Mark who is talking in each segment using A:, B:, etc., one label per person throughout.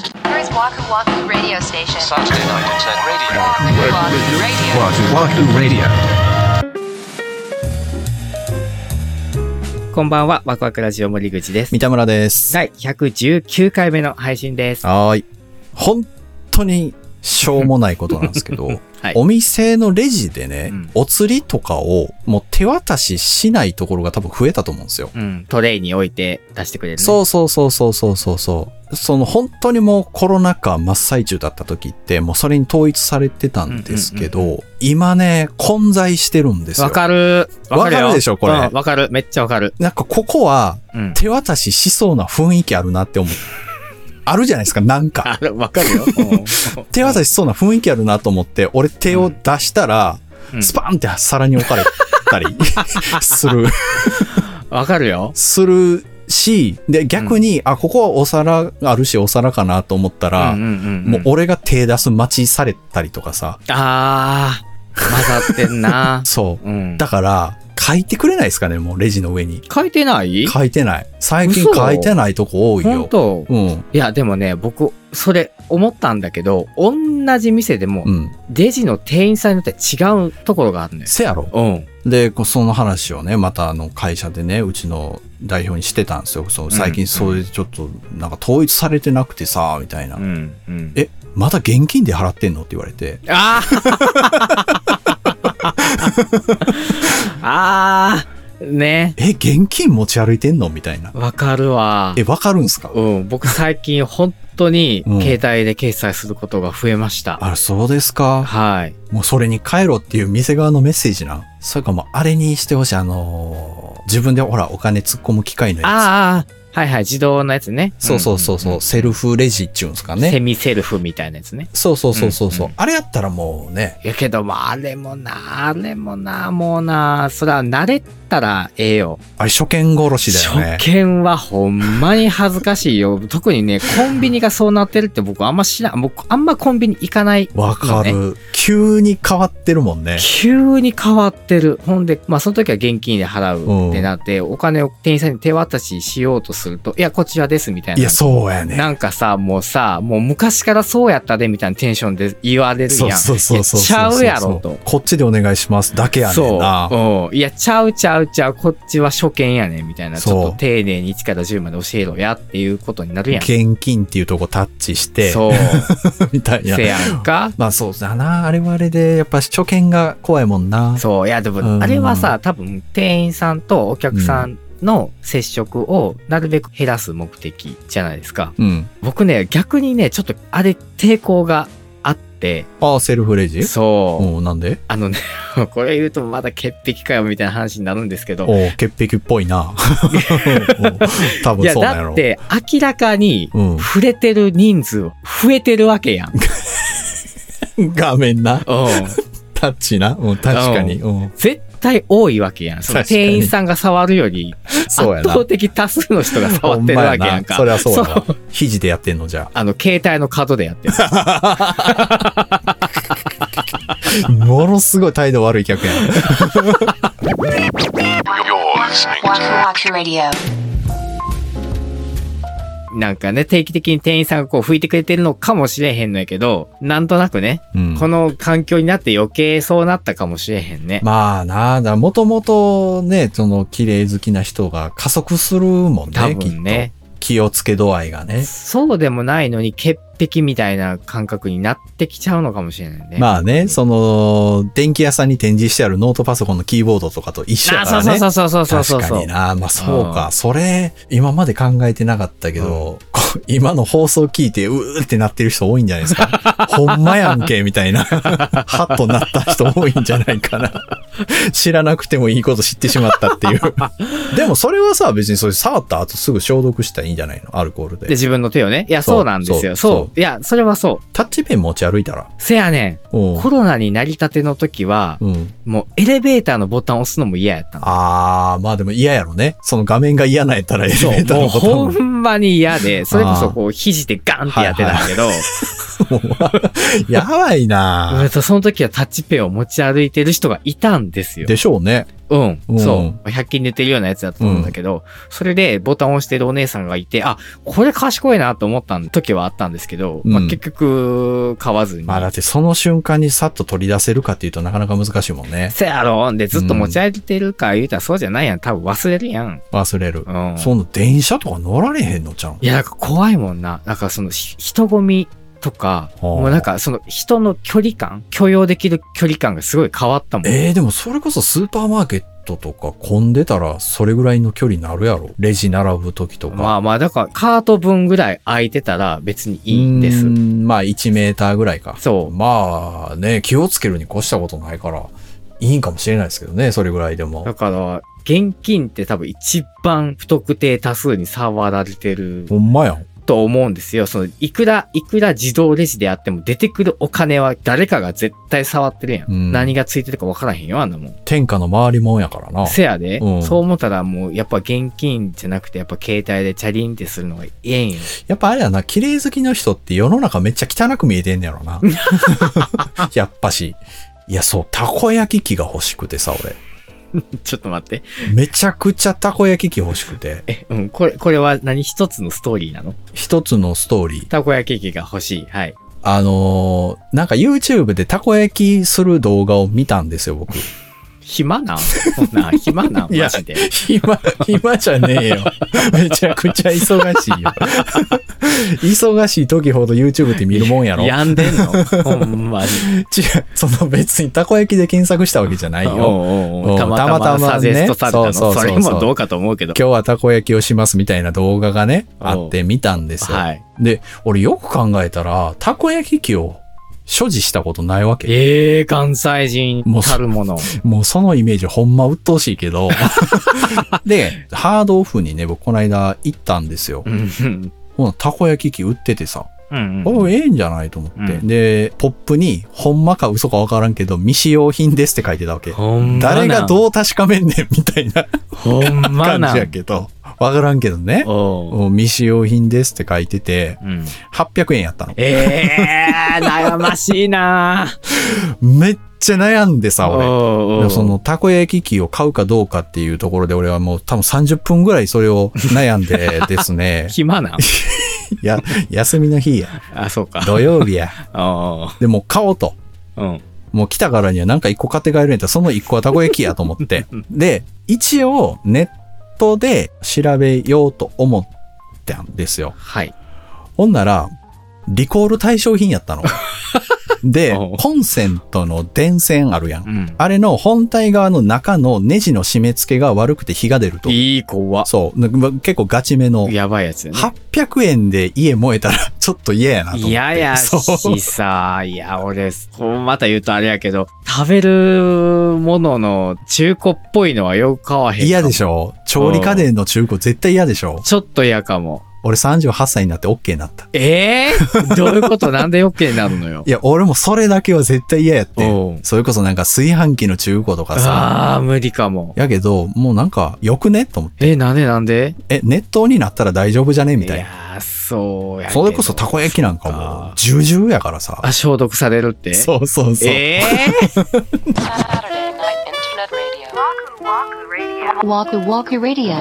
A: Waku Waku Radio Station.
B: Saturday night at 10 radio.
A: Waku Waku Radio.
C: Wahoo Wahoo Radio.
D: こんばんは、ワクワクラジオ森口です
E: 三。田村です。
D: 第119回目の配信です。
E: はーい。本当にしょうもないことなんです けど、
D: はい
E: お店のレジでね、
D: うん
E: お釣りとかをもう手渡ししないところが多分増えたと思うんですよ。
D: うん、トレイに置いて出してくれる、ね。
E: そうそうそうそうそうそうそう。その本当にもうコロナ禍真っ最中だった時ってもうそれに統一されてたんですけど、今ね、混在してるんですよ。
D: わかる。わ
E: わかるでしょこれ
D: うんわかる。めっちゃわかる。
E: なんかここは
D: うん。
E: 手渡ししそうな雰囲気あるなって思う。あるじゃないですか、なん か。
D: ある、わかる よ。
E: 手渡ししそうな雰囲気あるなと思って、俺手を出したら、
D: うん
E: スパーンって皿に置かれた りする、
D: わかるよ。
E: するし、で、逆に、あ、ここはお皿あるし、お皿かなと思ったら、
D: うんうんうん、
E: もう俺が手出す待ちされたりとかさ、。
D: あー、混ざってんな
E: そうう。
D: ん。
E: だから、書いてくれないですかね、もうレジの上に。
D: 書いてない
E: 書いてない。最近
D: 嘘
E: 書いてないとこ多い
D: 本
E: よ。
D: 当
E: うん。
D: いや、でもね、僕、それ、思ったんだけど、同じ店でも
E: う、ん。
D: レジの店員さんによって違うところがあるんです。
E: せやろ。
D: うん。
E: で、こうその話をね、またあの会社でね、うちの代表にしてたんですよ。そう最近それでちょっとなんか統一されてなくてさ、みたいな。
D: ん。うん。
E: え、まだ現金で払ってんのって言われて。
D: あ あああね。
E: え、現金持ち歩いてんのみたいな。
D: わかるわ
E: え、。わかるんすか
D: うん。僕最近本当に
E: うん
D: 携帯で決済することが増えました。
E: あら、そうですか。
D: はい。
E: もうそれに帰ろっていう店側のメッセージな。それかもうあれにしてほしい。あのー自分でほら、お金突っ込む機械のや
D: ああ、はいはい。自動のやつね。
E: つ。そうそうそうそう、セルフレジっちゅうんすか
D: うん。セ
E: ね。
D: ミセルフみたいなやつね。
E: そうそうそうそうそう、
D: うんう
E: あれやったらもうね、
D: いやけども、あれもな、あれもな、もうな、そら慣れたらええよ。
E: あれ初見殺しだよね。
D: 初見はほんまに恥ずかしいよ。特にね、コンビニがそうなってるって僕あんま知らん。僕あんまコンビニ行かない
E: わか
D: の
E: る。急に変わってるもんね。
D: 急に変わってる。ほんで、まあその時は現金で払うってなって、お金を店員さんに手渡ししようとすると、いや、こちらですみたいな。
E: いや、そうやね。
D: なんかさ、もうさ、もう昔からそうやったでみたいなテンションで言われる
E: そう
D: やん。
E: そうそうそうそう。
D: いやちゃうやろと。
E: こっちでお願いしますだけやねんな。
D: そう。うん。いや、ちゃうちゃうちゃう、こっちは初見やねんみたいな。ち
E: そう
D: ょっと丁寧に1から10まで教えろやっていうことになるやん。
E: 現金っていうとこタッチして、
D: そう。
E: みたいな
D: せ。やんか。
E: まあそうだな。あれはあれで、やっぱ初見が怖いもんな。
D: そう。いや、で
E: う
D: も、
E: ん
D: あれはさ、多分、店員さんとお客さんの接触をなるべく減らす目的じゃないですか。
E: うん。
D: 僕ね、逆にね、ちょっと、あれ、抵抗があって、
E: ああ、セルフレジ
D: そう。
E: おうなんで
D: あのね、 これ言うとまだ潔癖かよみたいな話になるんですけど、
E: おう潔癖っぽ いな。おう多
D: い
E: 分
D: や、
E: そうなんや
D: だ
E: ろ
D: っ。て、明らかに、
E: うん。
D: 触れてる人数、増えてるわけ やん。
E: 画面な。
D: うん
E: タッチな。うん、確かに。うん。
D: 絶対多いわけやん。その
E: 確かに
D: 店員さんが触るより、圧
E: そうやな
D: 倒。的多数の人が触ってるわけやんか。
E: ほまなそれはそうや
D: そう
E: な。肘でやってんの じゃあ。
D: あの、携帯の角でや ってる。
E: ものすごい態度悪い客やん。
A: Waku Waku Radio.
D: なんかね、定期的に店員さんがこう拭いてくれてるのかもしれへんのやけど、なんとなくね、
E: うん
D: この環境になって余計そうなったかもしれへんね。
E: まあなあ、だもともとね、その綺麗好きな人が加速するもんね、
D: 多
E: きっ
D: 分
E: と。
D: ね。
E: 気をつけ度合いがね。
D: そうでもないのに潔癖みたいな感覚になってきちゃうのかもしれないね。
E: まあね、その、電気屋さんに展示してあるノートパソコンのキーボードとかと一緒
D: あ
E: やから
D: そう
E: ね。
D: そうそうそうそうそう
E: 確
D: そ
E: か
D: う
E: に。な。まあそう
D: う
E: か。それ、今まで考えてなかったけど、こう今の放送聞いて、うーってなってる人多いんじゃないです か。ほんまやんけ、みたいな。 ハッとなった人多いんじゃないかな。 知らなくてもいいこと知ってしまったっ ていう。でもそれはさ、別にそれ触った後すぐ消毒したらいいんじゃないのアルコール
D: で、
E: で。
D: 自分の手をね。いや、
E: そう
D: そうなんですよ。
E: そう
D: そういや、それはそう。
E: タッチペン持ち歩いたら。
D: せやね。
E: うんん
D: コ。ロナになりたての時は、
E: うん。
D: もうエレベーターのボタン押すのも嫌やったの。
E: あー、まあでも嫌やろね。その画面が嫌なんやったらエレベーター
D: もう
E: のボタン
D: ほ
E: も
D: んまに嫌で、それこそこう、肘でガンってやってたんだけど、
E: やばいな
D: うんとその時はタッチペンを持ち歩いてる人がいたんなんですよ。
E: でしょうね。
D: うん、
E: うん
D: そう。100均寝てるようなやつだと思うんだけど、それでボタンを押してるお姉さんがいて、あ、これ賢いなと思った時はあったんですけど、まあ
E: うん
D: 結局、買わずに。
E: まあだってその瞬間にさっと取り出せるかっていうとなかなか難しいもんね。
D: せやろんでずっと持ち歩いてるか言うたらそうじゃないやん。多分忘れるやん。
E: 忘れる
D: う。ん。
E: その電車とか乗られへんのちゃうん
D: いや、なんか怖いもんな。なんかそのひ人混みとか、
E: あー
D: もうなんかその人の距離感、許容できる距離感がすごい変わったもん。
E: えー、でもそれこそスーパーマーケットとか混んでたらそれぐらいの距離になるやろ。レジ並ぶ時とか。
D: まあまあ、だからカート分ぐらい空いてたら別にいいんです
E: うー。んまあ1メーターぐらいか。
D: そう
E: まあね、気をつけるに越したことないから、いいんかもしれないですけどね、それぐらいでも
D: だ。から、現金って多分一番不特定多数に触られてる
E: ほんまやん。
D: と思うんですよ。その、いくら、いくら自動レジであっても出てくるお金は誰かが絶対触ってるやん。
E: うん
D: 何がついてるか分からへんよ、あんなもん。
E: 天下の回りもんやからな。
D: せやで、
E: うん
D: そう思ったらもう、やっぱ現金じゃなくて、やっぱ携帯でチャリンってするのがええんよ。
E: やっぱあれやな、綺麗好きの人って世の中めっちゃ汚く見えてんねや ろな。やっぱし。いや、そう、たこ焼き器が欲しくてさ、俺。
D: ちょっと待って。
E: めちゃくちゃたこ焼き器欲しくて。
D: え、うん、これ、これは何一つのストーリーなの
E: 一つのストーリー。
D: たこ焼き器が欲しい。はい。
E: あのーなんか YouTube でたこ焼きする動画を見たんですよ、僕。
D: 暇なんそんなん、暇なん
E: いや
D: マジで。
E: 暇、暇じゃねえよ。めちゃくちゃ忙しいよ。忙しい時ほど YouTube って見るもんやろ。違う、
D: 病んでん のほんまに。
E: その別にたこ焼きで検索したわけじゃないよ。
D: おうおう
E: う
D: お
E: ん
D: うたまたま
E: たまたまね
D: サジェストされたの。
E: そうそ
D: そ
E: うそうそ
D: れ
E: う
D: もどうかと思うけど。
E: 今日はたこ焼きをしますみたいな動画がね、
D: お
E: あって見たんですよ。
D: はい。
E: で、俺よく考えたら、たこ焼き器を所持したことないわけ。
D: ええ関西人たるもの。
E: もうそのイメージほんま鬱陶しいけど。で、ハードオフにね、僕この間行ったんですよ
D: う。ん。
E: ほなたこ焼き器売っててさ。
D: うん。
E: おええんじゃないと思って、
D: うん
E: でポップにほんまか嘘かわからんけど未使用品ですって書いてたわけ
D: ほんま
E: 誰が
D: う
E: どう確かめんねんみたいな
D: ほんま
E: 感
D: な
E: じや
D: ん。
E: けどわからんけどね
D: おう
E: お未使用品ですって書いてて
D: うん。
E: 800円やったの
D: ええ悩ましいな
E: めっちゃ悩んでさ
D: お
E: 俺
D: うおう
E: そのたこ焼き器を買うかどうかっていうところで俺はもう多分30分ぐらいそれを悩んで ですね
D: 暇なん
E: いや休みの日や
D: あ、そうか。
E: 土曜日や
D: おう
E: でもう買おうと
D: おううん。
E: もう来たからにはなんか一個買って帰るんやったら、その一個はたこ焼きやと思 って。で、一応ネットで調べようと思ったんですよ。
D: はい。
E: ほんなら、リコール対象品 やったの。で
D: おう、
E: コンセントの電線あるやん。
D: うん。
E: あれの本体側の中のネジの締め付けが悪くて火が出ると。
D: いい子は。
E: そう。な結構ガチめの。
D: やばいやつやね。
E: 800円で家燃えたらちょっと嫌やなと思って。
D: いやや
E: そう
D: しさ、いや、俺、こうまた言うとあれやけど、食べるものの中古っぽいのはよく買わへん。
E: 嫌でしょ調理家電の中古絶対嫌でしょ
D: ちょっと嫌かも。
E: 俺38歳になって OK になった。
D: えー、どういうことなんで OK になるのよ
E: い。や、俺もそれだけは絶対嫌やって。
D: おう
E: それこそなんか炊飯器の中古とかさ。
D: ああ、無理かも。
E: やけど、もうなんか、よくねと思って。
D: え、なんでなんで
E: え、熱湯になったら大丈夫じゃねみ
D: い
E: たい
D: や
E: な。
D: ー、そうやけど
E: それこそたこ焼きなん
D: そ
E: か
D: っ
E: も
D: か、
E: 重々やからさ。
D: あ、消毒されるって。
E: そうそうそう。
D: えー
A: Saturday Night Internet Radio. Waku Waku Radio.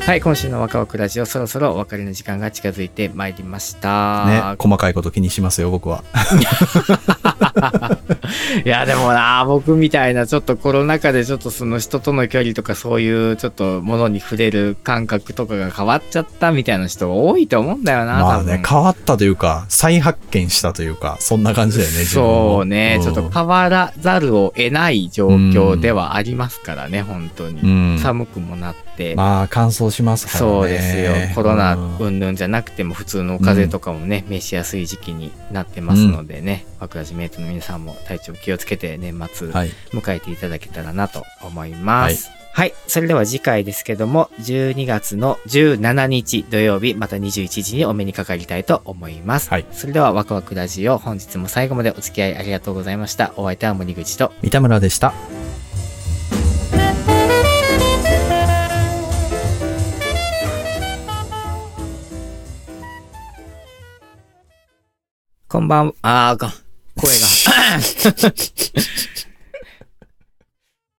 D: はい、今週のワクワクラジオ、そろそろお別れの時間が近づいてまいりました。
E: ね、細かいこと気にしますよ、僕は。
D: いやでもな僕みたいなちょっとコロナ禍でちょっとその人との距離とかそういうちょっとものに触れる感覚とかが変わっちゃったみたいな人が多いと思うんだよな、
E: まあ
D: 多分
E: ね、変わったというか、再発見したというか、そんな感じだよね、自分も
D: そうね、
E: うん
D: ちょっと変わらざるを得ない状況ではありますからね、本当
E: う
D: に、
E: ん。
D: 寒くもなって、
E: まあ、乾燥しますからね。
D: そうですよコロナ
E: うん
D: 云々じゃなくても普通の風邪とかもね、召しやすい時期になってますのでね、ワクワジメイトの皆さんも体調気をつけて年末
E: はい。
D: 迎えていただけたらなと思います。はいそれでは次回ですけども、12月の17日土曜日、また21時にお目にかかりたいと思います。
E: はい
D: それではワクワクラジオ、本日も最後までお付き合いありがとうございました。お相手は森口と、
E: 三田村でした。
D: こんばん、あーあかん。声が。